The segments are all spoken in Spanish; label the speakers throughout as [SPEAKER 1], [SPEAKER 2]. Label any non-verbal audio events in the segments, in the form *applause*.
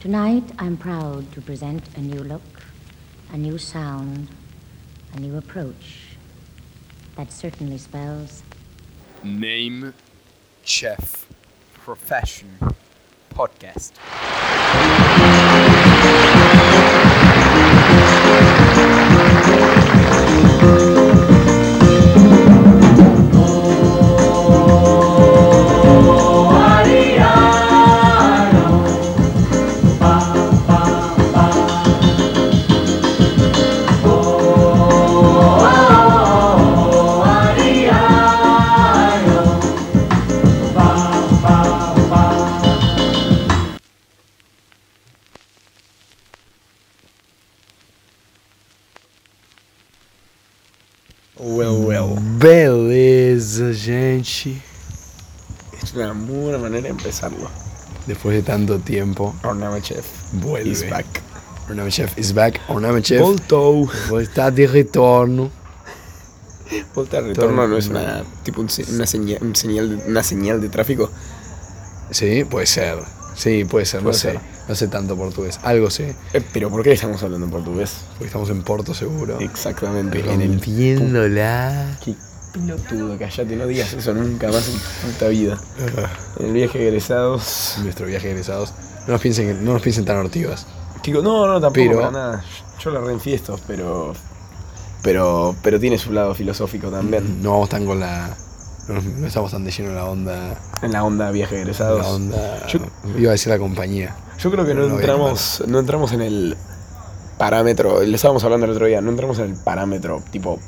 [SPEAKER 1] Tonight, I'm proud to present a new look, a new sound, a new approach. That certainly spells
[SPEAKER 2] Name, chef, profession, podcast. Well, well.
[SPEAKER 3] Beleza, gente.
[SPEAKER 2] Es una muy buena manera de empezarlo.
[SPEAKER 3] Después de tanto tiempo,
[SPEAKER 2] Ornama Chef
[SPEAKER 3] vuelve.
[SPEAKER 2] is back.
[SPEAKER 3] Ornament Chef is back. Ornament Chef
[SPEAKER 2] Volto.
[SPEAKER 3] está de retorno.
[SPEAKER 2] Volta al retorno no es
[SPEAKER 3] Torno.
[SPEAKER 2] una, tipo un, se- una, señal, un señal de, una señal de tráfico.
[SPEAKER 3] Sí, puede ser. Sí, puede ser. No
[SPEAKER 2] Puede
[SPEAKER 3] sé.
[SPEAKER 2] ser.
[SPEAKER 3] No sé tanto portugués. Algo sé.
[SPEAKER 2] Eh, Pero ¿por qué estamos hablando en portugués?
[SPEAKER 3] Porque estamos en Porto seguro.
[SPEAKER 2] Exactamente. En el
[SPEAKER 3] Rompiéndola.
[SPEAKER 2] Qué pelotudo, callate, no digas eso nunca más en tu puta vida. En el viaje de egresados.
[SPEAKER 3] *laughs* Nuestro viaje de egresados. No nos piensen, no nos piensen tan hortivas.
[SPEAKER 2] Digo, no, no, tampoco
[SPEAKER 3] Pero-
[SPEAKER 2] para nada. Yo la reenfiesto, pero. Pero. Pero tiene su lado filosófico también.
[SPEAKER 3] No vamos tan con la. No, no estamos tan de lleno en la onda.
[SPEAKER 2] En la onda viaje de egresados.
[SPEAKER 3] Mm. La onda.
[SPEAKER 2] Yo-
[SPEAKER 3] Iba a decir la compañía.
[SPEAKER 2] Yo creo que no,
[SPEAKER 3] No, no,
[SPEAKER 2] entramos. No entramos en el parámetro. Le estábamos hablando el otro día, no entramos en el parámetro tipo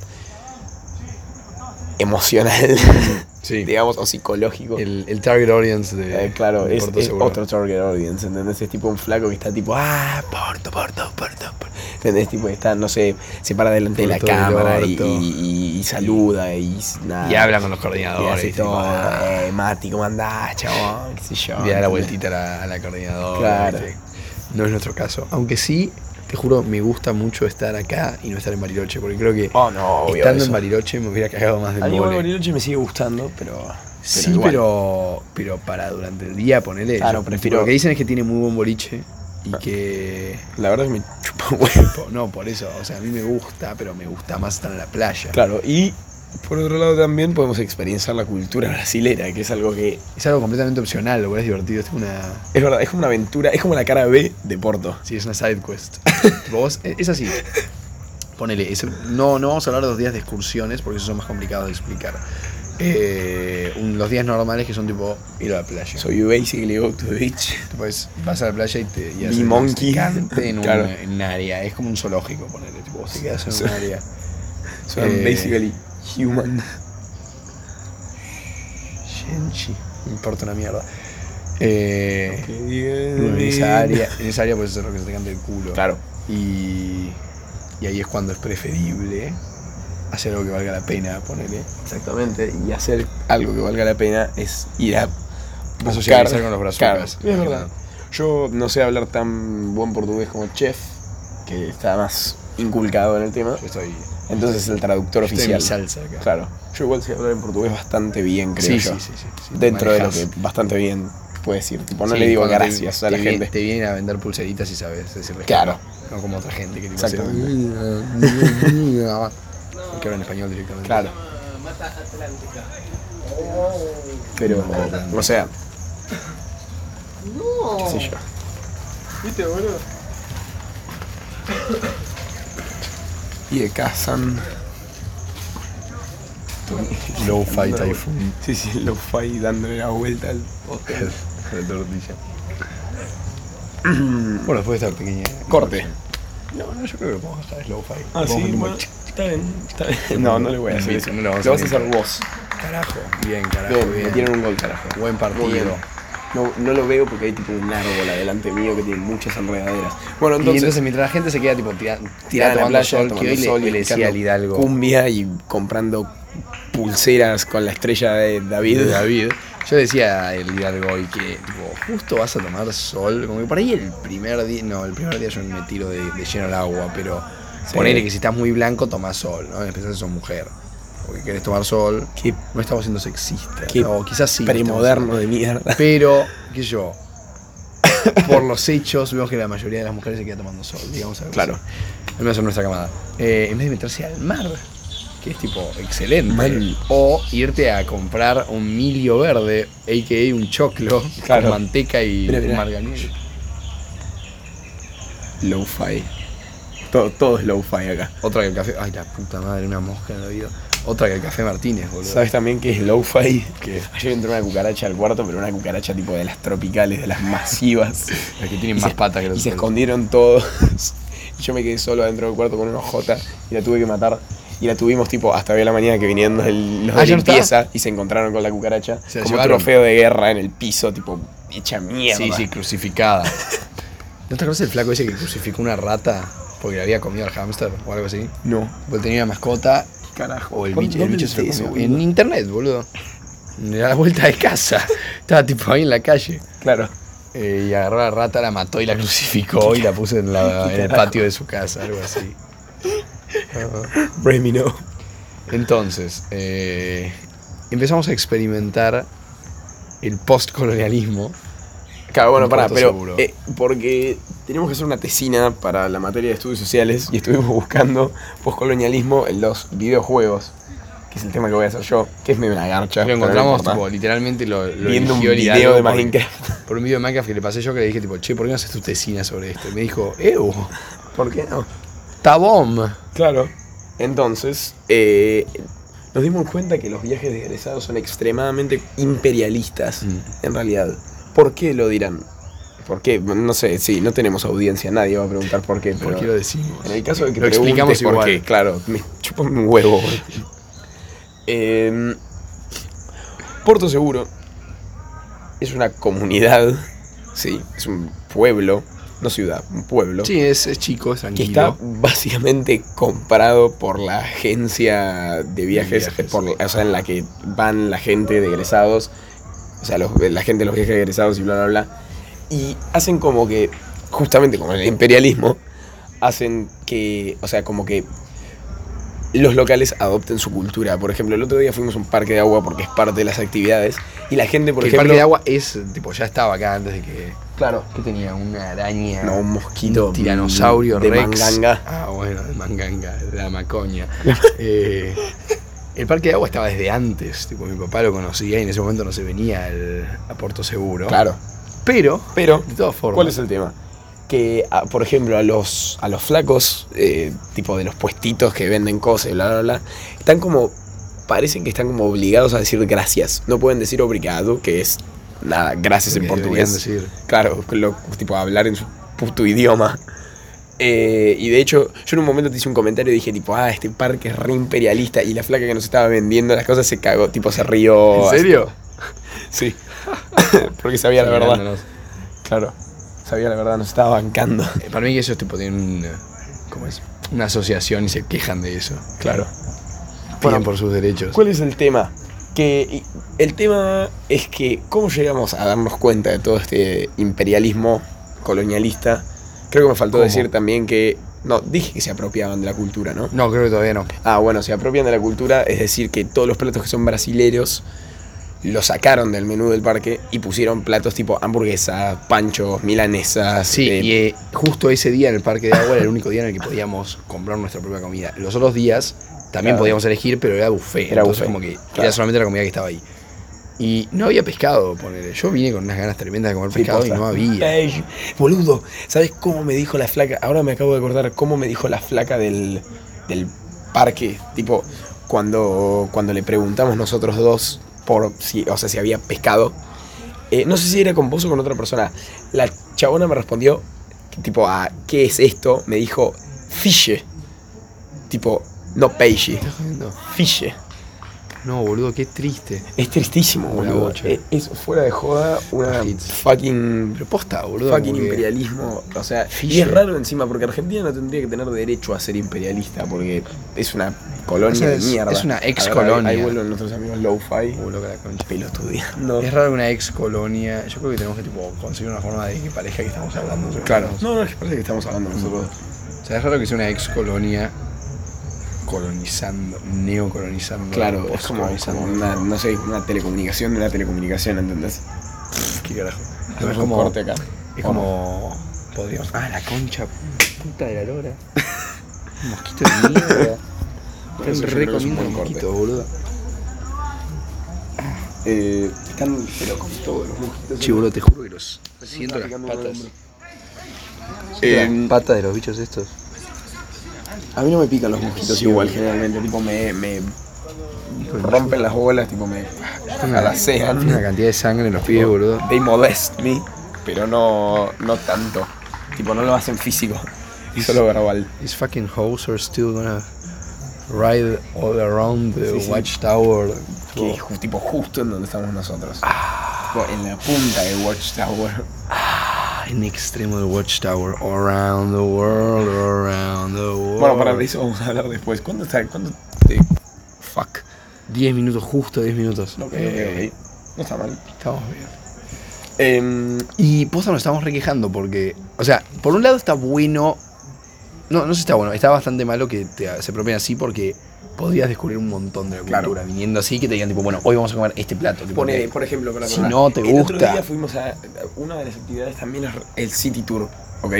[SPEAKER 2] emocional,
[SPEAKER 3] *laughs* Sí.
[SPEAKER 2] digamos, o psicológico.
[SPEAKER 3] El, el target audience de.
[SPEAKER 2] Eh, claro,
[SPEAKER 3] de
[SPEAKER 2] es,
[SPEAKER 3] Porto
[SPEAKER 2] es
[SPEAKER 3] Seguro.
[SPEAKER 2] otro target audience, ¿entendés? Es tipo un flaco que está tipo, ah, Porto, Porto, Porto, Porto. ¿Entendés? Tipo, está, no sé, se para delante de la
[SPEAKER 3] Porto del
[SPEAKER 2] cámara y,
[SPEAKER 3] orto.
[SPEAKER 2] y- y saluda y s- nada.
[SPEAKER 3] Y habla con los
[SPEAKER 2] Y
[SPEAKER 3] coordinadores.
[SPEAKER 2] hace
[SPEAKER 3] Y tipo,
[SPEAKER 2] todo,
[SPEAKER 3] ah,
[SPEAKER 2] eh, Mati, ¿cómo andás, chabón? ¿Qué sé
[SPEAKER 3] le
[SPEAKER 2] yo?
[SPEAKER 3] da la
[SPEAKER 2] ¿entendés?
[SPEAKER 3] vueltita a la, a la coordinadora.
[SPEAKER 2] Claro.
[SPEAKER 3] ¿viste? No es nuestro caso. Aunque sí, te juro, me gusta mucho estar acá y no estar en Bariloche. Porque creo que
[SPEAKER 2] Oh, no, obvio.
[SPEAKER 3] estando
[SPEAKER 2] eso.
[SPEAKER 3] en Bariloche me hubiera cagado más
[SPEAKER 2] A
[SPEAKER 3] del
[SPEAKER 2] mí igual
[SPEAKER 3] mole.
[SPEAKER 2] Bariloche me sigue gustando, pero.
[SPEAKER 3] Sí,
[SPEAKER 2] igual.
[SPEAKER 3] pero, pero para durante el día ponerle.
[SPEAKER 2] Claro, prefiero-
[SPEAKER 3] Lo que dicen es que tiene muy buen boliche y que.
[SPEAKER 2] La verdad es que me chupa un huevo. *laughs*
[SPEAKER 3] po- No, por eso. O sea, a mí me gusta, pero me gusta más estar en la playa.
[SPEAKER 2] Claro, y por otro lado también podemos experienciar la cultura brasilera, que es algo que.
[SPEAKER 3] Es algo completamente opcional, lo cual es divertido. Es como una.
[SPEAKER 2] Es verdad, es como una aventura, es como la cara B de Porto.
[SPEAKER 3] Sí, es una side quest. *laughs* Tipo, vos- e- es así. Ponele, es- no, no vamos a hablar de los días de excursiones porque esos son más complicados de explicar. Eh, un- los días normales que son tipo ir a la playa.
[SPEAKER 2] So you basically go to the beach.
[SPEAKER 3] Tipo, es- vas a la playa y te y
[SPEAKER 2] Be
[SPEAKER 3] haces-
[SPEAKER 2] monkey.
[SPEAKER 3] te cante
[SPEAKER 2] *laughs*
[SPEAKER 3] en, un-
[SPEAKER 2] Claro.
[SPEAKER 3] en un área. Es como un zoológico, ponele. Tipo, vos te quedas en
[SPEAKER 2] Sí.
[SPEAKER 3] un
[SPEAKER 2] *laughs*
[SPEAKER 3] área.
[SPEAKER 2] So I'm
[SPEAKER 3] Eh.
[SPEAKER 2] basically human.
[SPEAKER 3] Shenchi. Me importa una mierda. Eh, En esa
[SPEAKER 2] Necesaria.
[SPEAKER 3] área, en esa área puedes hacer lo que se te cante el culo.
[SPEAKER 2] Claro.
[SPEAKER 3] Y, y ahí es cuando es preferible hacer algo que valga la pena, ponele.
[SPEAKER 2] Exactamente. Y hacer algo que valga la pena es ir a
[SPEAKER 3] No
[SPEAKER 2] buscar-
[SPEAKER 3] socializar con los brazucas.
[SPEAKER 2] Claro, es verdad. Yo no sé hablar tan buen portugués como Chef, que está más inculcado en el tema.
[SPEAKER 3] Yo estoy,
[SPEAKER 2] Entonces es el traductor
[SPEAKER 3] yo estoy en mi
[SPEAKER 2] oficial.
[SPEAKER 3] salsa acá.
[SPEAKER 2] Claro. Yo igual sé hablar en portugués bastante bien, creo
[SPEAKER 3] Sí,
[SPEAKER 2] yo.
[SPEAKER 3] sí, sí, sí, sí.
[SPEAKER 2] Dentro de lo
[SPEAKER 3] Manejás.
[SPEAKER 2] que bastante bien puedes decir. Tipo, no
[SPEAKER 3] Sí,
[SPEAKER 2] le digo
[SPEAKER 3] cuando te-
[SPEAKER 2] gracias a la
[SPEAKER 3] te vi-
[SPEAKER 2] gente.
[SPEAKER 3] Te vienen a vender pulseritas y sabes decirles
[SPEAKER 2] Claro.
[SPEAKER 3] que no, No como otra gente que tipo
[SPEAKER 2] Exactamente.
[SPEAKER 3] Porque hablan español directamente.
[SPEAKER 2] Claro. Pero, o sea. No. ¿Qué sé yo? Y de mm, Kazan.
[SPEAKER 3] Low fi
[SPEAKER 2] *laughs*
[SPEAKER 3] typhoon.
[SPEAKER 2] Sí, sí, lo fue ahí dándole la vuelta al hotel.
[SPEAKER 3] De tortilla. bueno, después de esta pequeña.
[SPEAKER 2] Corte.
[SPEAKER 3] No, no, yo creo que lo podemos dejar. Es low
[SPEAKER 2] Ah,
[SPEAKER 3] fi.
[SPEAKER 2] Está bien, está bien. No, no le voy a hacer eso.
[SPEAKER 3] No
[SPEAKER 2] Lo
[SPEAKER 3] le
[SPEAKER 2] vas
[SPEAKER 3] vamos
[SPEAKER 2] a
[SPEAKER 3] a
[SPEAKER 2] hacer vos.
[SPEAKER 3] Carajo. Bien, carajo.
[SPEAKER 2] Bien,
[SPEAKER 3] Bien,
[SPEAKER 2] me dieron un gol, carajo.
[SPEAKER 3] Buen
[SPEAKER 2] Muy bien.
[SPEAKER 3] partido.
[SPEAKER 2] No, no lo veo porque hay tipo un árbol adelante mío que tiene muchas enredaderas. Bueno,
[SPEAKER 3] y
[SPEAKER 2] entonces.
[SPEAKER 3] entonces mientras la gente se queda tipo tira-
[SPEAKER 2] tirada
[SPEAKER 3] tirada
[SPEAKER 2] en la
[SPEAKER 3] tomando
[SPEAKER 2] playa,
[SPEAKER 3] sol, que
[SPEAKER 2] tomando
[SPEAKER 3] hoy
[SPEAKER 2] sol
[SPEAKER 3] le,
[SPEAKER 2] y
[SPEAKER 3] le decía
[SPEAKER 2] escuchando
[SPEAKER 3] al Hidalgo
[SPEAKER 2] Cumbia y comprando pulseras con la estrella de David.
[SPEAKER 3] de David. Yo decía al Hidalgo hoy que tipo, justo vas a tomar sol, como que por ahí el primer día, no, el primer día yo me tiro de, de lleno al agua, pero
[SPEAKER 2] Sí.
[SPEAKER 3] ponele que si estás muy blanco tomás sol, ¿no? En especial si sos mujer. Porque querés tomar sol.
[SPEAKER 2] Qué
[SPEAKER 3] No estamos siendo sexistas.
[SPEAKER 2] Qué
[SPEAKER 3] no, quizás sí. no estamos
[SPEAKER 2] premoderno de mierda.
[SPEAKER 3] Pero, qué sé yo, por los hechos, vemos que la mayoría de las mujeres se queda tomando sol, digamos algo
[SPEAKER 2] Claro.
[SPEAKER 3] así. Al menos en nuestra camada. Eh, en vez de meterse al mar, que es tipo excelente.
[SPEAKER 2] Mal.
[SPEAKER 3] O irte a comprar un milio verde, a.k.a. un choclo,
[SPEAKER 2] Claro.
[SPEAKER 3] con manteca y
[SPEAKER 2] Mirá, mirá.
[SPEAKER 3] margarina.
[SPEAKER 2] Lo-fi. Todo, todo es lo-fi acá.
[SPEAKER 3] Otra que el café. Ay, la puta madre, una mosca en el oído. Otra que el café Martínez, boludo.
[SPEAKER 2] ¿Sabes también qué es lo-fi? Que ayer entró una cucaracha al cuarto, pero una cucaracha tipo de las tropicales, de las *laughs* masivas.
[SPEAKER 3] Las que tienen
[SPEAKER 2] Y
[SPEAKER 3] más
[SPEAKER 2] se-
[SPEAKER 3] patas que los
[SPEAKER 2] Y se
[SPEAKER 3] otros.
[SPEAKER 2] escondieron todos. *laughs* Y yo me quedé solo adentro del cuarto con una jota y la tuve que matar. Y la tuvimos tipo hasta hoy a la mañana que vinieron los, del- los
[SPEAKER 3] Ah,
[SPEAKER 2] de
[SPEAKER 3] ¿ya no está?
[SPEAKER 2] limpieza y se encontraron con la cucaracha.
[SPEAKER 3] Se la
[SPEAKER 2] como
[SPEAKER 3] llevaron.
[SPEAKER 2] trofeo de guerra en el piso, tipo hecha mierda.
[SPEAKER 3] Sí, sí, crucificada. *laughs* ¿No te acuerdas el flaco ese que crucificó una rata porque le había comido al hámster o algo así?
[SPEAKER 2] No.
[SPEAKER 3] Porque tenía una mascota.
[SPEAKER 2] Carajo.
[SPEAKER 3] O el
[SPEAKER 2] ¿cuándo-
[SPEAKER 3] bicho, el
[SPEAKER 2] dónde
[SPEAKER 3] bicho se lo
[SPEAKER 2] viste
[SPEAKER 3] comió.
[SPEAKER 2] eso,
[SPEAKER 3] En
[SPEAKER 2] boludo?
[SPEAKER 3] internet, boludo. Era la vuelta de casa. *laughs* Estaba tipo ahí en la calle.
[SPEAKER 2] Claro. *laughs*
[SPEAKER 3] Eh, y agarró a la rata, la mató y la crucificó y la puso en, la-
[SPEAKER 2] *laughs* ¿Qué
[SPEAKER 3] en el
[SPEAKER 2] carajo?
[SPEAKER 3] patio de su casa, algo
[SPEAKER 2] *laughs*
[SPEAKER 3] así.
[SPEAKER 2] Brave me no.
[SPEAKER 3] Entonces, eh, empezamos a experimentar el postcolonialismo.
[SPEAKER 2] Claro, bueno,
[SPEAKER 3] Un
[SPEAKER 2] pará,
[SPEAKER 3] puerto
[SPEAKER 2] pero.
[SPEAKER 3] seguro.
[SPEAKER 2] eh, porque tenemos que hacer una tesina para la materia de estudios sociales y estuvimos *laughs* buscando postcolonialismo en los videojuegos, que es el tema que voy a hacer yo, que es medio una garcha.
[SPEAKER 3] Lo
[SPEAKER 2] pero no
[SPEAKER 3] encontramos,
[SPEAKER 2] importa.
[SPEAKER 3] tipo, literalmente lo, lo
[SPEAKER 2] Viendo un
[SPEAKER 3] eligió el
[SPEAKER 2] video
[SPEAKER 3] Hidalgo
[SPEAKER 2] de
[SPEAKER 3] porque-
[SPEAKER 2] Minecraft. *laughs*
[SPEAKER 3] Por un video de Minecraft que le pasé yo que le dije, tipo, che, ¿por qué no haces tu tesina sobre esto? Y me dijo, ew,
[SPEAKER 2] ¿Por qué no?
[SPEAKER 3] tabom.
[SPEAKER 2] Claro. Entonces, eh, nos dimos cuenta que los viajes de egresados son extremadamente imperialistas,
[SPEAKER 3] Mm.
[SPEAKER 2] en realidad. ¿Por qué lo dirán? ¿Por qué? No sé, sí, no tenemos audiencia, nadie va a preguntar por qué.
[SPEAKER 3] ¿Por
[SPEAKER 2] pero-
[SPEAKER 3] qué lo decimos?
[SPEAKER 2] En el caso de que
[SPEAKER 3] Lo explicamos
[SPEAKER 2] preguntes por
[SPEAKER 3] igual.
[SPEAKER 2] qué, claro, me chupa un huevo. boludo. Em, Porto Seguro es una comunidad, sí, es un pueblo, no ciudad, un pueblo
[SPEAKER 3] Sí, es, es chico, es
[SPEAKER 2] que
[SPEAKER 3] tranquilo.
[SPEAKER 2] está básicamente comprado por la agencia de viajes,
[SPEAKER 3] viajes.
[SPEAKER 2] por- o sea, en la que van la gente de egresados, o sea, los- la gente de los viajes de egresados y bla, bla, bla. Y hacen como que, justamente como el imperialismo, hacen que, o sea, como que los locales adopten su cultura. Por ejemplo, el otro día fuimos a un parque de agua porque es parte de las actividades y la gente, por
[SPEAKER 3] Que el
[SPEAKER 2] ejemplo...
[SPEAKER 3] parque de agua es, tipo, ya estaba acá antes de que...
[SPEAKER 2] Claro.
[SPEAKER 3] ¿Qué tenía? Una araña.
[SPEAKER 2] No, un mosquito.
[SPEAKER 3] Un tiranosaurio
[SPEAKER 2] de
[SPEAKER 3] rex.
[SPEAKER 2] manganga.
[SPEAKER 3] Ah, bueno, de manganga, de la
[SPEAKER 2] *laughs*
[SPEAKER 3] macoña. Eh, el parque de agua estaba desde antes, tipo mi papá lo conocía y en ese momento no se venía al, a Puerto Seguro.
[SPEAKER 2] Claro.
[SPEAKER 3] Pero,
[SPEAKER 2] Pero
[SPEAKER 3] de todas formas,
[SPEAKER 2] ¿Cuál es el tema? Que, a- por ejemplo, a los, a los flacos, eh, tipo de los puestitos que venden cosas, y bla, bla, bla, están como. Parecen que están como obligados a decir gracias. No pueden decir obrigado, que es nada, gracias
[SPEAKER 3] lo
[SPEAKER 2] en
[SPEAKER 3] que
[SPEAKER 2] portugués.
[SPEAKER 3] deberían decir.
[SPEAKER 2] Claro, lo- tipo hablar en su puto idioma. Eh, y de hecho, yo en un momento te hice un comentario y dije, tipo, ah, este parque es re imperialista. Y la flaca que nos estaba vendiendo las cosas se cagó, tipo, se rió.
[SPEAKER 3] ¿En
[SPEAKER 2] así.
[SPEAKER 3] serio?
[SPEAKER 2] Sí. *laughs* Porque sabía la verdad.
[SPEAKER 3] Mirándonos.
[SPEAKER 2] Claro, sabía la verdad, nos estaba bancando.
[SPEAKER 3] Eh, Para mí que ellos tipo tienen una, ¿cómo es? una asociación y se quejan de eso.
[SPEAKER 2] Claro.
[SPEAKER 3] Piden
[SPEAKER 2] Bueno,
[SPEAKER 3] por sus derechos.
[SPEAKER 2] ¿Cuál es el tema? Que y- el tema es que cómo llegamos a darnos cuenta de todo este imperialismo colonialista. Creo que me faltó
[SPEAKER 3] ¿Cómo?
[SPEAKER 2] decir también que no dije que se apropiaban de la cultura, ¿no?
[SPEAKER 3] No, creo que todavía no.
[SPEAKER 2] Ah, bueno, se apropian de la cultura, es decir, que todos los platos que son brasileros los sacaron del menú del parque y pusieron platos tipo hamburguesas, panchos, milanesas.
[SPEAKER 3] Sí,
[SPEAKER 2] eh,
[SPEAKER 3] y eh, justo ese día en el parque de agua era el único día en el que podíamos comprar nuestra propia comida. Los otros días también
[SPEAKER 2] Claro.
[SPEAKER 3] podíamos elegir, pero era buffet.
[SPEAKER 2] Era
[SPEAKER 3] entonces
[SPEAKER 2] buffet,
[SPEAKER 3] como que
[SPEAKER 2] claro.
[SPEAKER 3] era solamente la comida que estaba ahí. Y no había pescado, ponele. Yo vine con unas ganas tremendas de comer pescado y
[SPEAKER 2] posta.
[SPEAKER 3] no había.
[SPEAKER 2] Ey, boludo, ¿sabes cómo me dijo la flaca? Ahora me acabo de acordar cómo me dijo la flaca del, del parque. Tipo, cuando, cuando le preguntamos nosotros dos por si, o sea, si había pescado. Eh, no sé si era con vos o con otra persona. La chabona me respondió, tipo, a ¿qué es esto? Me dijo, fiche. Tipo, no peixe,
[SPEAKER 3] ¿Estás jodiendo?
[SPEAKER 2] fiche.
[SPEAKER 3] No, boludo, qué triste.
[SPEAKER 2] Es tristísimo,
[SPEAKER 3] Una
[SPEAKER 2] boludo.
[SPEAKER 3] bocha.
[SPEAKER 2] Es, es fuera de joda una
[SPEAKER 3] Hits.
[SPEAKER 2] fucking
[SPEAKER 3] Pero posta, boludo.
[SPEAKER 2] Fucking
[SPEAKER 3] como que-
[SPEAKER 2] imperialismo, o sea, y es
[SPEAKER 3] Fisher.
[SPEAKER 2] raro encima porque Argentina no tendría que tener derecho a ser imperialista porque es una colonia
[SPEAKER 3] O sea,
[SPEAKER 2] de
[SPEAKER 3] es-
[SPEAKER 2] mierda.
[SPEAKER 3] es una ex
[SPEAKER 2] A ver, ahí-
[SPEAKER 3] colonia.
[SPEAKER 2] Ahí vuelven nuestros amigos Lo-Fi.
[SPEAKER 3] Boludo, que la concha.
[SPEAKER 2] Pelotudeando.
[SPEAKER 3] Es raro una ex colonia. Yo creo que tenemos que tipo, conseguir una forma de que parezca que estamos hablando. sobre
[SPEAKER 2] Claro.
[SPEAKER 3] cosas.
[SPEAKER 2] No, no, es que parece que estamos hablando nosotros.
[SPEAKER 3] O sea, es raro que sea una ex colonia colonizando, neocolonizando.
[SPEAKER 2] Claro, es como,
[SPEAKER 3] postcolonizando.
[SPEAKER 2] como una, no sé, una telecomunicación de una telecomunicación, ¿entendés?
[SPEAKER 3] Qué carajo.
[SPEAKER 2] Hacemos
[SPEAKER 3] Es
[SPEAKER 2] un
[SPEAKER 3] como
[SPEAKER 2] corte acá.
[SPEAKER 3] Es como. Podríamos. Ah, la concha puta de la lora. *laughs* Un mosquito de mierda.
[SPEAKER 2] Bueno, eso yo
[SPEAKER 3] Están
[SPEAKER 2] creo que es un
[SPEAKER 3] recomiendo
[SPEAKER 2] buen
[SPEAKER 3] los
[SPEAKER 2] corte.
[SPEAKER 3] mosquitos, boludo.
[SPEAKER 2] Eh, están pero con todos los mosquitos.
[SPEAKER 3] Che, boludo, te juro que los. Siento las
[SPEAKER 2] picando
[SPEAKER 3] patas.
[SPEAKER 2] el
[SPEAKER 3] Siento
[SPEAKER 2] Eh,
[SPEAKER 3] las patas de los bichos estos.
[SPEAKER 2] A mí no me pican los mosquitos igual, generalmente. Tipo, me, me rompen las bolas, tipo, me
[SPEAKER 3] Una
[SPEAKER 2] alacean.
[SPEAKER 3] cantidad de sangre en los pies, boludo.
[SPEAKER 2] They molest me, pero no, no tanto. Tipo, no lo hacen *laughs* físico, solo verbal.
[SPEAKER 3] These fucking hoes are still gonna ride all around the
[SPEAKER 2] Sí, sí.
[SPEAKER 3] watchtower.
[SPEAKER 2] Que es ju- tipo Ah. justo en donde estamos nosotros. Tipo, en la punta de Watchtower.
[SPEAKER 3] Ah, En extremo del watchtower. Around the world, around the world.
[SPEAKER 2] Bueno, para eso vamos a hablar después. ¿Cuándo está? ¿Cuándo te- Fuck.
[SPEAKER 3] 10 minutos, justo 10 minutos.
[SPEAKER 2] Ok, ok,
[SPEAKER 3] Eh,
[SPEAKER 2] ok. No está mal.
[SPEAKER 3] Estamos bien.
[SPEAKER 2] Em,
[SPEAKER 3] Y posta nos estamos requejando porque, o sea, por un lado está bueno, no, no sé si está bueno, está bastante malo que te- se propien así porque podrías descubrir un montón de la cultura
[SPEAKER 2] Claro.
[SPEAKER 3] viniendo así que te digan tipo, bueno, hoy vamos a comer este plato. tipo,
[SPEAKER 2] Pone,
[SPEAKER 3] que-
[SPEAKER 2] por ejemplo, para
[SPEAKER 3] Si no te
[SPEAKER 2] el Otro
[SPEAKER 3] gusta.
[SPEAKER 2] día fuimos a. Una de las actividades también es el City Tour, ¿ok?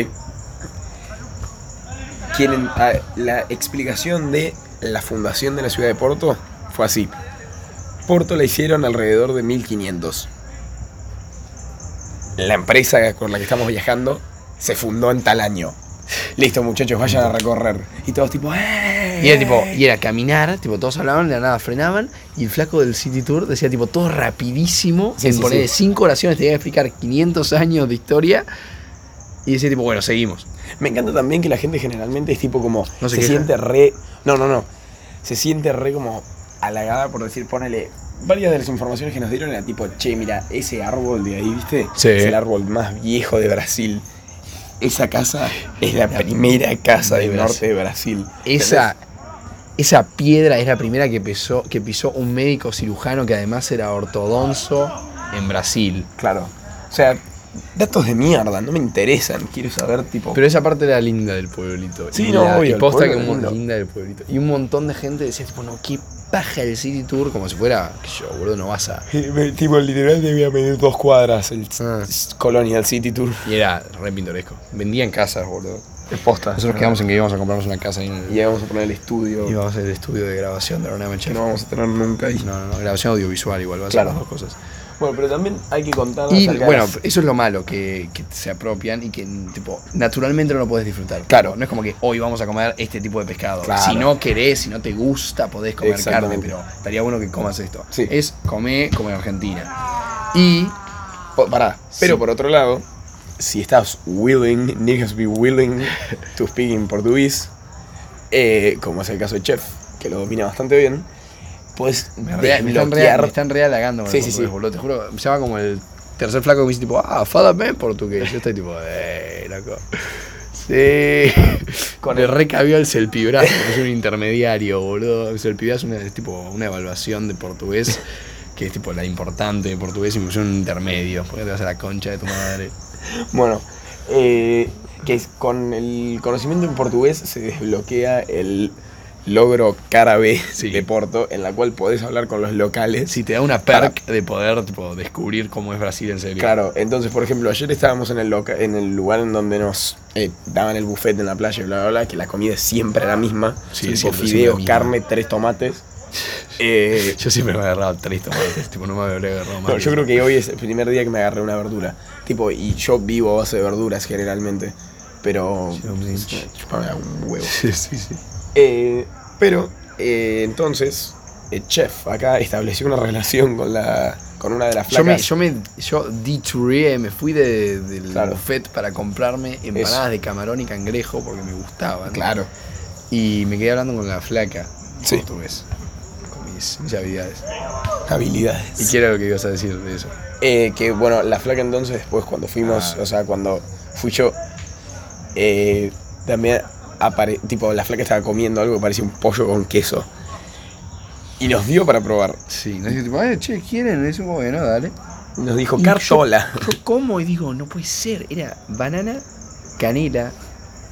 [SPEAKER 2] Quieren. ah, la explicación de la fundación de la ciudad de Porto fue así: Porto la hicieron alrededor de 1500. La empresa con la que estamos viajando se fundó en tal año. Listo, muchachos, vayan a recorrer. Y todos tipo. ¡eh!
[SPEAKER 3] Y era tipo, y era caminar, tipo, todos hablaban, de la nada frenaban, y el flaco del City Tour decía tipo, todo rapidísimo,
[SPEAKER 2] Sí,
[SPEAKER 3] en
[SPEAKER 2] sí,
[SPEAKER 3] poner
[SPEAKER 2] sí.
[SPEAKER 3] cinco oraciones, te iba a explicar 500 años de historia, y decía tipo, bueno, seguimos.
[SPEAKER 2] Me encanta también que la gente generalmente es tipo como.
[SPEAKER 3] No se
[SPEAKER 2] se
[SPEAKER 3] queja.
[SPEAKER 2] siente re. No, no, no. Se siente re como halagada por decir, ponele. Varias de las informaciones que nos dieron era tipo, che, mira, ese árbol de ahí, ¿viste?
[SPEAKER 3] Sí.
[SPEAKER 2] Es el árbol más viejo de Brasil. Esa casa es la primera casa
[SPEAKER 3] de
[SPEAKER 2] del
[SPEAKER 3] Brasil.
[SPEAKER 2] norte de Brasil.
[SPEAKER 3] Esa, esa piedra es la primera que pisó, que pisó un médico cirujano que además era ortodonzo en Brasil.
[SPEAKER 2] Claro. O sea, datos de mierda, no me interesan. Quiero saber, tipo.
[SPEAKER 3] Pero esa parte era linda del pueblito.
[SPEAKER 2] Sí,
[SPEAKER 3] y
[SPEAKER 2] no,
[SPEAKER 3] la-
[SPEAKER 2] obvio,
[SPEAKER 3] y
[SPEAKER 2] el
[SPEAKER 3] posta
[SPEAKER 2] pueblo
[SPEAKER 3] que
[SPEAKER 2] es
[SPEAKER 3] muy
[SPEAKER 2] lindo.
[SPEAKER 3] linda del pueblito. Y un montón de gente decía, tipo, no, qué paja el City Tour, como si fuera, que yo, boludo, no vas a...
[SPEAKER 2] tipo, literal debía medir dos cuadras el
[SPEAKER 3] Ah.
[SPEAKER 2] Colonial City Tour.
[SPEAKER 3] Y era re pintoresco. Vendían casas, boludo.
[SPEAKER 2] Es posta.
[SPEAKER 3] Nosotros quedamos en que íbamos a comprarnos una casa ahí en el...
[SPEAKER 2] Y ahí vamos a poner el estudio.
[SPEAKER 3] Íbamos al estudio de grabación de Ornament
[SPEAKER 2] que
[SPEAKER 3] Chef.
[SPEAKER 2] no vamos a tener nunca ahí.
[SPEAKER 3] no, no, no, grabación audiovisual igual, va a
[SPEAKER 2] Claro.
[SPEAKER 3] ser las dos cosas.
[SPEAKER 2] Bueno, pero también hay que contar.
[SPEAKER 3] Y
[SPEAKER 2] acerca de
[SPEAKER 3] bueno,
[SPEAKER 2] las-
[SPEAKER 3] eso es lo malo, que, que se apropian y que tipo, naturalmente no lo podés disfrutar.
[SPEAKER 2] Claro.
[SPEAKER 3] No es como que hoy vamos a comer este tipo de pescado.
[SPEAKER 2] Claro.
[SPEAKER 3] Si no querés, si no te gusta, podés comer carne,
[SPEAKER 2] Exactamente.
[SPEAKER 3] pero estaría bueno que comas esto.
[SPEAKER 2] Sí.
[SPEAKER 3] Es comer como en Argentina. Y
[SPEAKER 2] po- pará. Pero
[SPEAKER 3] Sí.
[SPEAKER 2] por otro lado, si estás willing, niggas be willing to speak in portugués, eh, como es el caso de Chef, que lo domina bastante bien, puedes
[SPEAKER 3] me, re- me están, re, me
[SPEAKER 2] desbloquear.
[SPEAKER 3] están realagando con
[SPEAKER 2] Sí,
[SPEAKER 3] el
[SPEAKER 2] sí, sí.
[SPEAKER 3] portugués, boludo. Te juro, se llama como el tercer flaco que me dice tipo, ah, fada bien portugués. Yo estoy tipo, eh, loco. Sí.
[SPEAKER 2] Con
[SPEAKER 3] Con el
[SPEAKER 2] el-
[SPEAKER 3] recabió el selpibrazo, que es un intermediario, boludo. El selpibrazo es, una- es tipo una evaluación de portugués, que es tipo la importante de portugués y me pusieron un intermedio, porque te vas a la concha de tu madre.
[SPEAKER 2] Bueno, eh, que es- con el conocimiento en portugués se desbloquea el logro cara B
[SPEAKER 3] Sí.
[SPEAKER 2] de Porto, en la cual podés hablar con los locales.
[SPEAKER 3] Si te da una perk de poder tipo, descubrir cómo es Brasil en serio.
[SPEAKER 2] Claro, entonces, por ejemplo, ayer estábamos en el, loca- en el lugar en donde nos eh, daban el buffet en la playa, bla, bla, bla, que la comida es siempre la misma.
[SPEAKER 3] Sí,
[SPEAKER 2] Son
[SPEAKER 3] es siempre,
[SPEAKER 2] tipo
[SPEAKER 3] siempre la
[SPEAKER 2] fideos,
[SPEAKER 3] misma.
[SPEAKER 2] carne, tres tomates.
[SPEAKER 3] *laughs*
[SPEAKER 2] Eh,
[SPEAKER 3] Yo siempre me he agarrado tres tomates, tipo, no me habría agarrado más.
[SPEAKER 2] no, yo creo que hoy es el primer día que me agarré una verdura. Tipo, y yo vivo a base de verduras generalmente. Pero.
[SPEAKER 3] Sí, hombre.
[SPEAKER 2] Chupame a un huevo.
[SPEAKER 3] Sí, sí, sí.
[SPEAKER 2] Eh, pero, eh, entonces, eh, Chef acá estableció una *laughs* relación con la. con una de las
[SPEAKER 3] Yo me,
[SPEAKER 2] flacas.
[SPEAKER 3] yo me yo deturé, eh, me fui de- del
[SPEAKER 2] Claro.
[SPEAKER 3] buffet para comprarme empanadas de camarón y cangrejo porque me gustaban.
[SPEAKER 2] Claro.
[SPEAKER 3] Y me quedé hablando con la flaca
[SPEAKER 2] Sí.
[SPEAKER 3] portugués, con mis, mis habilidades.
[SPEAKER 2] Habilidades.
[SPEAKER 3] Y qué era lo que ibas a decir de eso.
[SPEAKER 2] Eh, que bueno, la flaca entonces después cuando fuimos,
[SPEAKER 3] Ah.
[SPEAKER 2] o sea, cuando fui yo, eh, también apare tipo, la flaca estaba comiendo algo que parecía un pollo con queso. Y nos dio para probar.
[SPEAKER 3] Sí, nos dijo tipo,
[SPEAKER 2] "Ah,
[SPEAKER 3] "Ay, che, ¿quieren? Es un bueno, dale.
[SPEAKER 2] Nos dijo
[SPEAKER 3] Y
[SPEAKER 2] cartola.
[SPEAKER 3] Yo, yo como y digo, no puede ser. Era banana, canela,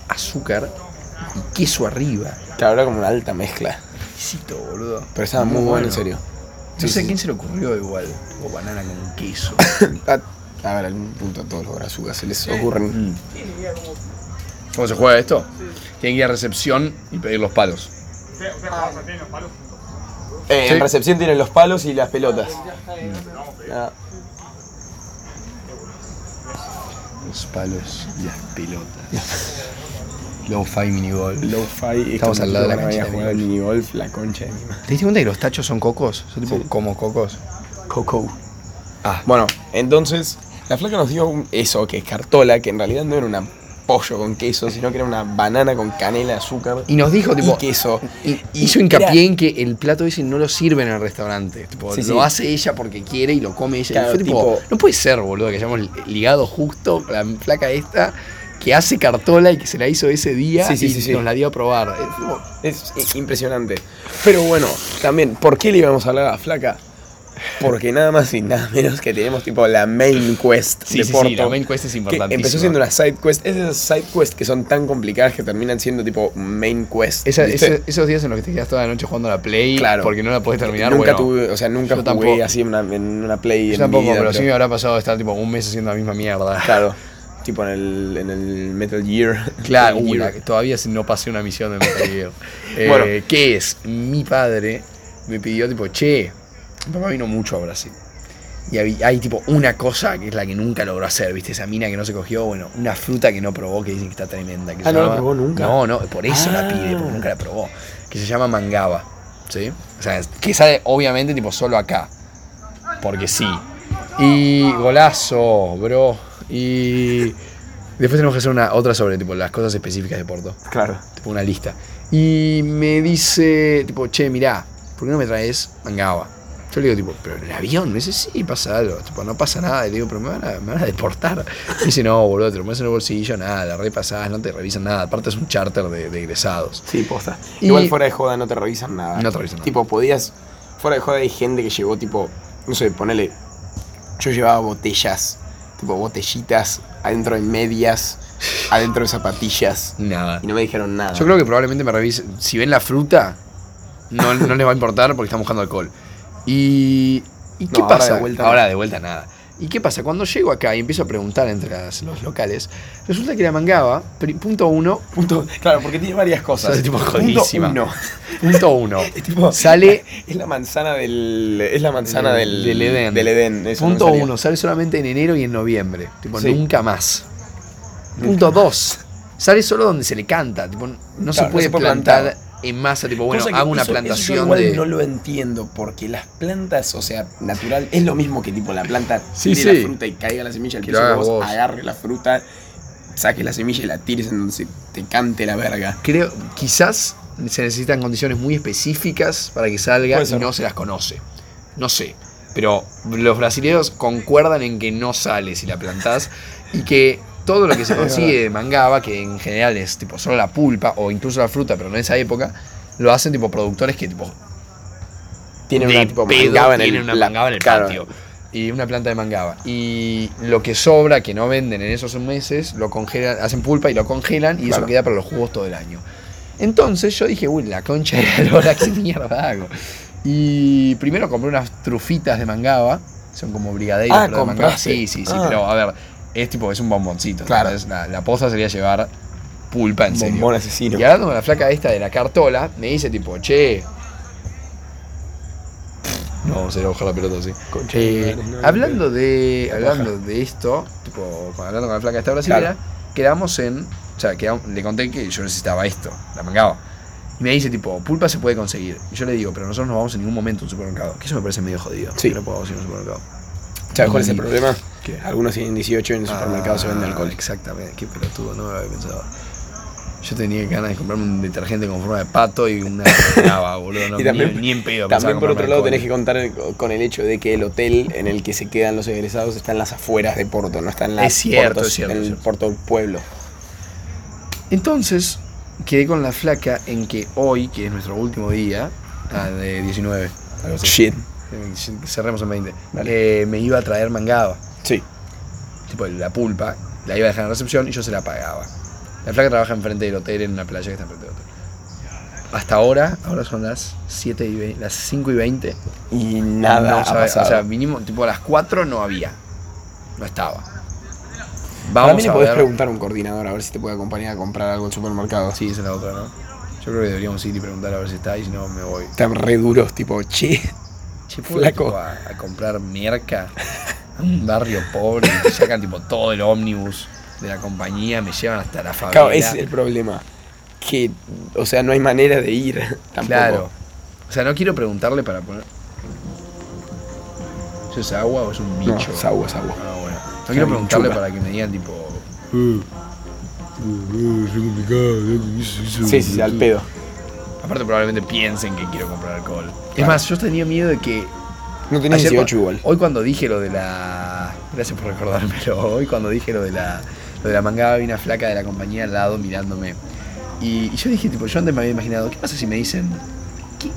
[SPEAKER 3] azúcar y queso arriba.
[SPEAKER 2] *laughs* Claro, era como una alta mezcla.
[SPEAKER 3] Exquisito, boludo.
[SPEAKER 2] Pero estaba muy, bueno, en serio.
[SPEAKER 3] No
[SPEAKER 2] Sí,
[SPEAKER 3] sé a
[SPEAKER 2] sí,
[SPEAKER 3] quién se le ocurrió igual. Tipo, banana con queso.
[SPEAKER 2] sí. Ah, A ver, algún punto a todos los brazucas se les ocurren.
[SPEAKER 3] Mm. ¿Cómo se juega esto? Tienen que ir a recepción y pedir los palos.
[SPEAKER 4] Usted, usted conoce, tiene los palos.
[SPEAKER 2] Eh,
[SPEAKER 3] Sí. Mm.
[SPEAKER 2] En recepción tienen los palos y las pelotas. Ah,
[SPEAKER 3] Los palos y las pelotas. *laughs* Low fi minigol.
[SPEAKER 2] Lo-fi.
[SPEAKER 3] Estamos al lado de la
[SPEAKER 2] cancha.
[SPEAKER 3] cancha
[SPEAKER 2] había
[SPEAKER 3] de
[SPEAKER 2] jugado al minigolf, la concha de mi madre.
[SPEAKER 3] ¿Te diste cuenta que los tachos son cocos? Son tipo como cocos.
[SPEAKER 2] Coco.
[SPEAKER 3] Ah,
[SPEAKER 2] Bueno, entonces, la flaca nos dio un- eso, que es cartola, que en realidad no era un pollo con queso, sino que era una banana con canela, azúcar
[SPEAKER 3] Y nos dijo, tipo.
[SPEAKER 2] y queso.
[SPEAKER 3] y- hizo
[SPEAKER 2] era-
[SPEAKER 3] hincapié en que el plato ese no lo sirven en el restaurante. Tipo,
[SPEAKER 2] Sí,
[SPEAKER 3] lo
[SPEAKER 2] sí.
[SPEAKER 3] hace ella porque quiere y lo come ella. Y
[SPEAKER 2] Claro,
[SPEAKER 3] fue tipo,
[SPEAKER 2] tipo-
[SPEAKER 3] no puede ser, boludo, que hayamos ligado justo la placa esta que hace cartola y que se la hizo ese día
[SPEAKER 2] Sí, sí,
[SPEAKER 3] y
[SPEAKER 2] sí, sí.
[SPEAKER 3] nos la dio a probar. Eh, fue como,
[SPEAKER 2] Es i- impresionante. Pero bueno, también, ¿por qué le íbamos a hablar a la flaca? Porque nada más y nada menos que tenemos tipo la main quest
[SPEAKER 3] Sí,
[SPEAKER 2] de
[SPEAKER 3] sí, sí,
[SPEAKER 2] Porto.
[SPEAKER 3] la main quest es
[SPEAKER 2] que
[SPEAKER 3] importantísima.
[SPEAKER 2] Empezó siendo una side quest. Es de esas side quests que son tan complicadas que terminan siendo tipo main quest.
[SPEAKER 3] Esa-
[SPEAKER 2] ¿viste?
[SPEAKER 3] esa- esos días en los que te quedas toda la noche jugando a la Play
[SPEAKER 2] Claro.
[SPEAKER 3] porque no la puedes terminar.
[SPEAKER 2] nunca
[SPEAKER 3] bueno,
[SPEAKER 2] tuve, o sea,
[SPEAKER 3] yo
[SPEAKER 2] nunca jugué
[SPEAKER 3] tampoco.
[SPEAKER 2] así en una, en una play.
[SPEAKER 3] Yo
[SPEAKER 2] en
[SPEAKER 3] tampoco,
[SPEAKER 2] mi vida,
[SPEAKER 3] pero, sí me habrá pasado de estar tipo un mes haciendo la misma mierda.
[SPEAKER 2] Claro. *laughs* Tipo en el, en el Metal Gear.
[SPEAKER 3] *laughs* Claro,
[SPEAKER 2] Metal
[SPEAKER 3] uy,
[SPEAKER 2] Gear.
[SPEAKER 3] la- todavía no pasé una misión de *laughs* Metal Gear. Eh,
[SPEAKER 2] Bueno.
[SPEAKER 3] ¿Qué es? Mi padre me pidió, tipo, che, mi papá vino mucho a Brasil. Y hay, hay, tipo una cosa que es la que nunca logró hacer, ¿viste? Esa mina que no se cogió, bueno, una fruta que no probó, que dicen que está tremenda. que se
[SPEAKER 2] Ah, no la
[SPEAKER 3] llama-
[SPEAKER 2] probó nunca.
[SPEAKER 3] No, no, por eso la
[SPEAKER 2] Ah.
[SPEAKER 3] pide, porque nunca la probó. Que se llama mangaba, ¿sí? O sea, es- que sale obviamente, tipo, solo acá. Porque sí. Y golazo, bro. Y después tenemos que hacer una otra sobre tipo las cosas específicas de Porto,
[SPEAKER 2] Claro.
[SPEAKER 3] tipo una lista. Y me dice tipo, "Che, mirá, ¿por qué no me traes mangaba?" Yo le digo tipo, "Pero en el avión." Me dice, "Sí, pasa algo." Tipo, "No pasa nada." Y le digo, "Pero me van a, me van a deportar." Me dice, "No, boludo, te lo pones en el bolsillo, nada, la repasás, no te revisan nada. Aparte es un charter de, de egresados."
[SPEAKER 2] Sí, posta.
[SPEAKER 3] Y-
[SPEAKER 2] Igual fuera de joda no te revisan nada.
[SPEAKER 3] No te revisan nada.
[SPEAKER 2] Tipo, podías. Fuera de joda hay gente que llevó, tipo. No sé, ponele. Yo llevaba botellas. Tipo, botellitas. Adentro de
[SPEAKER 3] *laughs*
[SPEAKER 2] medias. adentro de zapatillas.
[SPEAKER 3] Nada.
[SPEAKER 2] Y no me dijeron nada.
[SPEAKER 3] Yo creo que probablemente me revisen. Si ven la fruta, no, no les va a importar porque están buscando alcohol. ¿Y, ¿y qué
[SPEAKER 2] No, ahora
[SPEAKER 3] pasa?
[SPEAKER 2] de vuelta no.
[SPEAKER 3] ahora de vuelta nada. ¿Y qué pasa? Cuando llego acá y empiezo a preguntar entre las- los locales, resulta que la mangaba, pri- punto uno,
[SPEAKER 2] Punto, claro, porque tiene varias cosas.
[SPEAKER 3] Sale tipo
[SPEAKER 2] Punto
[SPEAKER 3] jodidísima.
[SPEAKER 2] uno. *laughs*
[SPEAKER 3] punto uno,
[SPEAKER 2] Es tipo-
[SPEAKER 3] sale
[SPEAKER 2] Es la manzana del. Es la manzana
[SPEAKER 3] Del-
[SPEAKER 2] del.
[SPEAKER 3] del Edén.
[SPEAKER 2] Del Edén. eso no
[SPEAKER 3] punto
[SPEAKER 2] me salía.
[SPEAKER 3] uno, sale solamente en enero y en noviembre, tipo
[SPEAKER 2] Sí.
[SPEAKER 3] nunca más. Punto dos, sale solo donde se le canta, tipo no se
[SPEAKER 2] Claro, no
[SPEAKER 3] puede
[SPEAKER 2] se puede
[SPEAKER 3] plantar,
[SPEAKER 2] plantar.
[SPEAKER 3] en masa, tipo bueno,
[SPEAKER 2] Cosa que
[SPEAKER 3] hago una
[SPEAKER 2] eso- eso yo
[SPEAKER 3] plantación
[SPEAKER 2] igual
[SPEAKER 3] de...
[SPEAKER 2] No lo entiendo, porque las plantas, o sea, natural, es lo mismo que tipo la planta
[SPEAKER 3] Sí,
[SPEAKER 2] tire
[SPEAKER 3] sí.
[SPEAKER 2] la fruta y caiga la semilla, el
[SPEAKER 3] Que
[SPEAKER 2] piso,
[SPEAKER 3] lo
[SPEAKER 2] que
[SPEAKER 3] hagas
[SPEAKER 2] vos,
[SPEAKER 3] vos.
[SPEAKER 2] agarre la fruta, saques la semilla y la tires en donde se te cante la verga.
[SPEAKER 3] creo, quizás se necesitan condiciones muy específicas para que salga
[SPEAKER 2] Puede
[SPEAKER 3] y
[SPEAKER 2] ser.
[SPEAKER 3] no se las conoce. No sé. Pero los brasileños concuerdan en que no sale si la plantás y que todo lo que
[SPEAKER 2] *laughs*
[SPEAKER 3] se consigue de mangaba, que en general es tipo solo la pulpa o incluso la fruta, pero no en esa época, lo hacen tipo productores que tipo
[SPEAKER 2] Tiene
[SPEAKER 3] de
[SPEAKER 2] una tipo
[SPEAKER 3] pedo
[SPEAKER 2] mangaba en
[SPEAKER 3] tienen
[SPEAKER 2] el,
[SPEAKER 3] una
[SPEAKER 2] la-
[SPEAKER 3] mangaba en el
[SPEAKER 2] claro,
[SPEAKER 3] patio. Y una planta de mangaba. Y lo que sobra, que no venden en esos meses, lo congelan, hacen pulpa y lo congelan y eso
[SPEAKER 2] Claro.
[SPEAKER 3] queda para los jugos todo el año. Entonces yo dije, uy, la concha de la hora, qué *laughs* mierda hago. Y primero compré unas trufitas de mangaba, son como brigadeiros
[SPEAKER 2] Ah,
[SPEAKER 3] pero de mangaba.
[SPEAKER 2] compraste.
[SPEAKER 3] Sí, sí, sí,
[SPEAKER 2] Ah.
[SPEAKER 3] pero a ver, es tipo, es un bomboncito.
[SPEAKER 2] Claro.
[SPEAKER 3] ¿entendés? La, la posta sería llevar pulpa en serio.
[SPEAKER 2] Bombón asesino.
[SPEAKER 3] Y hablando con la flaca esta de la cartola, me dice tipo, che. No, se le va a bajar la pelota así.
[SPEAKER 2] Concha
[SPEAKER 3] Eh,
[SPEAKER 2] de madre, no, no,
[SPEAKER 3] hablando de.
[SPEAKER 2] no, no.
[SPEAKER 3] Hablando de esto, tipo, con- hablando con la flaca esta brasileña, quedamos en. O sea, quedam- le conté que yo necesitaba esto, la mangaba. Y me dice tipo, pulpa se puede conseguir. Y yo le digo, pero nosotros no vamos en ningún momento a un supermercado. Que eso me parece medio jodido.
[SPEAKER 2] Sí.
[SPEAKER 3] que No podemos ir a un supermercado.
[SPEAKER 2] ¿Sabes cuál es el
[SPEAKER 3] Y-
[SPEAKER 2] problema?
[SPEAKER 3] ¿Qué?
[SPEAKER 2] Algunos tienen 18 y en el supermercado se vende
[SPEAKER 3] Ah,
[SPEAKER 2] alcohol.
[SPEAKER 3] Exactamente, qué pelotudo, no me lo había pensado. Yo tenía ganas de comprarme un detergente con forma de pato y
[SPEAKER 2] *laughs*
[SPEAKER 3] una grava, boludo. No,
[SPEAKER 2] Y también-
[SPEAKER 3] ni, ni en pedo. pensaba
[SPEAKER 2] También por
[SPEAKER 3] comprarme
[SPEAKER 2] otro lado
[SPEAKER 3] alcohol.
[SPEAKER 2] tenés que contar el- con el hecho de que el hotel en el que se quedan los egresados está en las afueras de Porto, no está en la
[SPEAKER 3] Es cierto,
[SPEAKER 2] Porto-
[SPEAKER 3] es cierto,
[SPEAKER 2] en
[SPEAKER 3] es
[SPEAKER 2] el
[SPEAKER 3] cierto.
[SPEAKER 2] Porto Pueblo.
[SPEAKER 3] Entonces, quedé con la flaca en que hoy, que es nuestro último día, ah, de 19, algo así,
[SPEAKER 2] Shit.
[SPEAKER 3] cerremos en 20,
[SPEAKER 2] Dale.
[SPEAKER 3] eh, me iba a traer mangaba.
[SPEAKER 2] Sí.
[SPEAKER 3] tipo la pulpa, la iba a dejar en recepción y yo se la pagaba. La flaca trabaja enfrente del hotel en una playa que está enfrente del hotel. Hasta ahora, ahora son las 7 y ve- las 5 y 20.
[SPEAKER 2] Y nada
[SPEAKER 3] no
[SPEAKER 2] ha
[SPEAKER 3] sabe-
[SPEAKER 2] pasado.
[SPEAKER 3] O sea, mínimo, tipo a las 4 no había. No estaba.
[SPEAKER 2] Vamos
[SPEAKER 3] Vamos
[SPEAKER 2] le
[SPEAKER 3] a
[SPEAKER 2] podés
[SPEAKER 3] ver.
[SPEAKER 2] preguntar a un coordinador a ver si te puede acompañar a comprar algo al supermercado.
[SPEAKER 3] Sí, esa es la otra, ¿no? Yo creo que deberíamos ir y preguntar a ver si está y si no me voy.
[SPEAKER 2] Están re duros, tipo,
[SPEAKER 3] *laughs*
[SPEAKER 2] che. *laughs*
[SPEAKER 3] Che, ¿puedo ir,
[SPEAKER 2] Flaco.
[SPEAKER 3] tipo, a, a comprar merca a un barrio pobre y te sacan tipo todo el ómnibus de la compañía, me llevan hasta la favela.
[SPEAKER 2] Claro, ese es el problema. Que, o sea, no hay manera de ir *laughs* tampoco.
[SPEAKER 3] Claro. O sea, no quiero preguntarle para poner. ¿Eso es agua o es un
[SPEAKER 2] No,
[SPEAKER 3] bicho?
[SPEAKER 2] es agua, es agua.
[SPEAKER 3] Ah, bueno. No quiero preguntarle
[SPEAKER 2] chupa.
[SPEAKER 3] para que me digan tipo.
[SPEAKER 2] Sí, sí, sí, al pedo.
[SPEAKER 3] Aparte probablemente piensen que quiero comprar alcohol. Es más, yo tenía miedo de que
[SPEAKER 2] No tenés
[SPEAKER 3] Ayer
[SPEAKER 2] 18
[SPEAKER 3] cua-
[SPEAKER 2] igual.
[SPEAKER 3] Hoy cuando dije lo de la. Gracias por recordármelo. *laughs* Hoy cuando dije lo de la. Lo de la mangada vi una flaca de la compañía al lado mirándome. Y, y yo dije, tipo, yo antes me había imaginado, ¿qué pasa si me dicen? ¿Qué,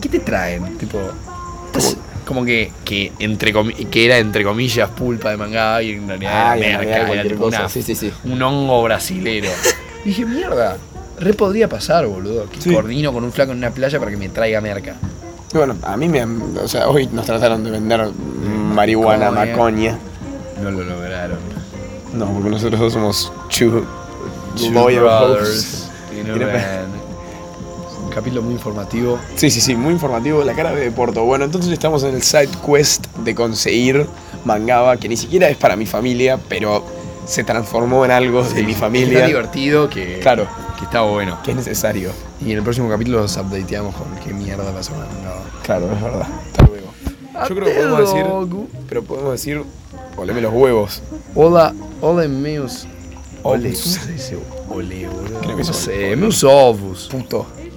[SPEAKER 3] qué te traen? Tipo. estás- Como que, que, entre comi- que era entre comillas pulpa de mangada y en realidad
[SPEAKER 2] Ay, Ah, en
[SPEAKER 3] era
[SPEAKER 2] realidad
[SPEAKER 3] merca, era
[SPEAKER 2] cualquier
[SPEAKER 3] tipo
[SPEAKER 2] cosa.
[SPEAKER 3] una-
[SPEAKER 2] Sí, sí, sí.
[SPEAKER 3] un hongo brasilero. Y *laughs* dije, mierda, re podría pasar, boludo. Que
[SPEAKER 2] Sí.
[SPEAKER 3] coordino con un flaco en una playa para que me traiga merca.
[SPEAKER 2] Y Bueno, a mí me. O sea, hoy nos trataron de vender mm, marihuana,
[SPEAKER 3] Macoña.
[SPEAKER 2] macoña.
[SPEAKER 3] No lo lograron.
[SPEAKER 2] No, porque nosotros dos somos chu.
[SPEAKER 3] Two
[SPEAKER 2] Lawyer
[SPEAKER 3] Brothers
[SPEAKER 2] hosts.
[SPEAKER 3] in a
[SPEAKER 2] In a
[SPEAKER 3] Van. Un capítulo muy informativo.
[SPEAKER 2] Sí, sí, sí, muy informativo la cara de Porto. Bueno, entonces estamos en el side quest de conseguir Mangaba, que ni siquiera es para mi familia, pero se transformó en algo de mi
[SPEAKER 3] Que Está
[SPEAKER 2] familia.
[SPEAKER 3] divertido, que,
[SPEAKER 2] Claro.
[SPEAKER 3] que está bueno.
[SPEAKER 2] Que es necesario.
[SPEAKER 3] Y en el próximo capítulo los updateamos con qué mierda pasó con el mangado.
[SPEAKER 2] Claro, es verdad. Hasta luego. Yo creo que podemos decir.
[SPEAKER 3] Adelogu.
[SPEAKER 2] Pero podemos decir. Oleme los huevos.
[SPEAKER 3] Hola, hola meus.
[SPEAKER 2] Ovos.
[SPEAKER 3] Ole, ¿cómo se dice? Ole, boludo.
[SPEAKER 2] Creo que
[SPEAKER 3] No
[SPEAKER 2] es
[SPEAKER 3] sé, meus ovos.
[SPEAKER 2] Puto.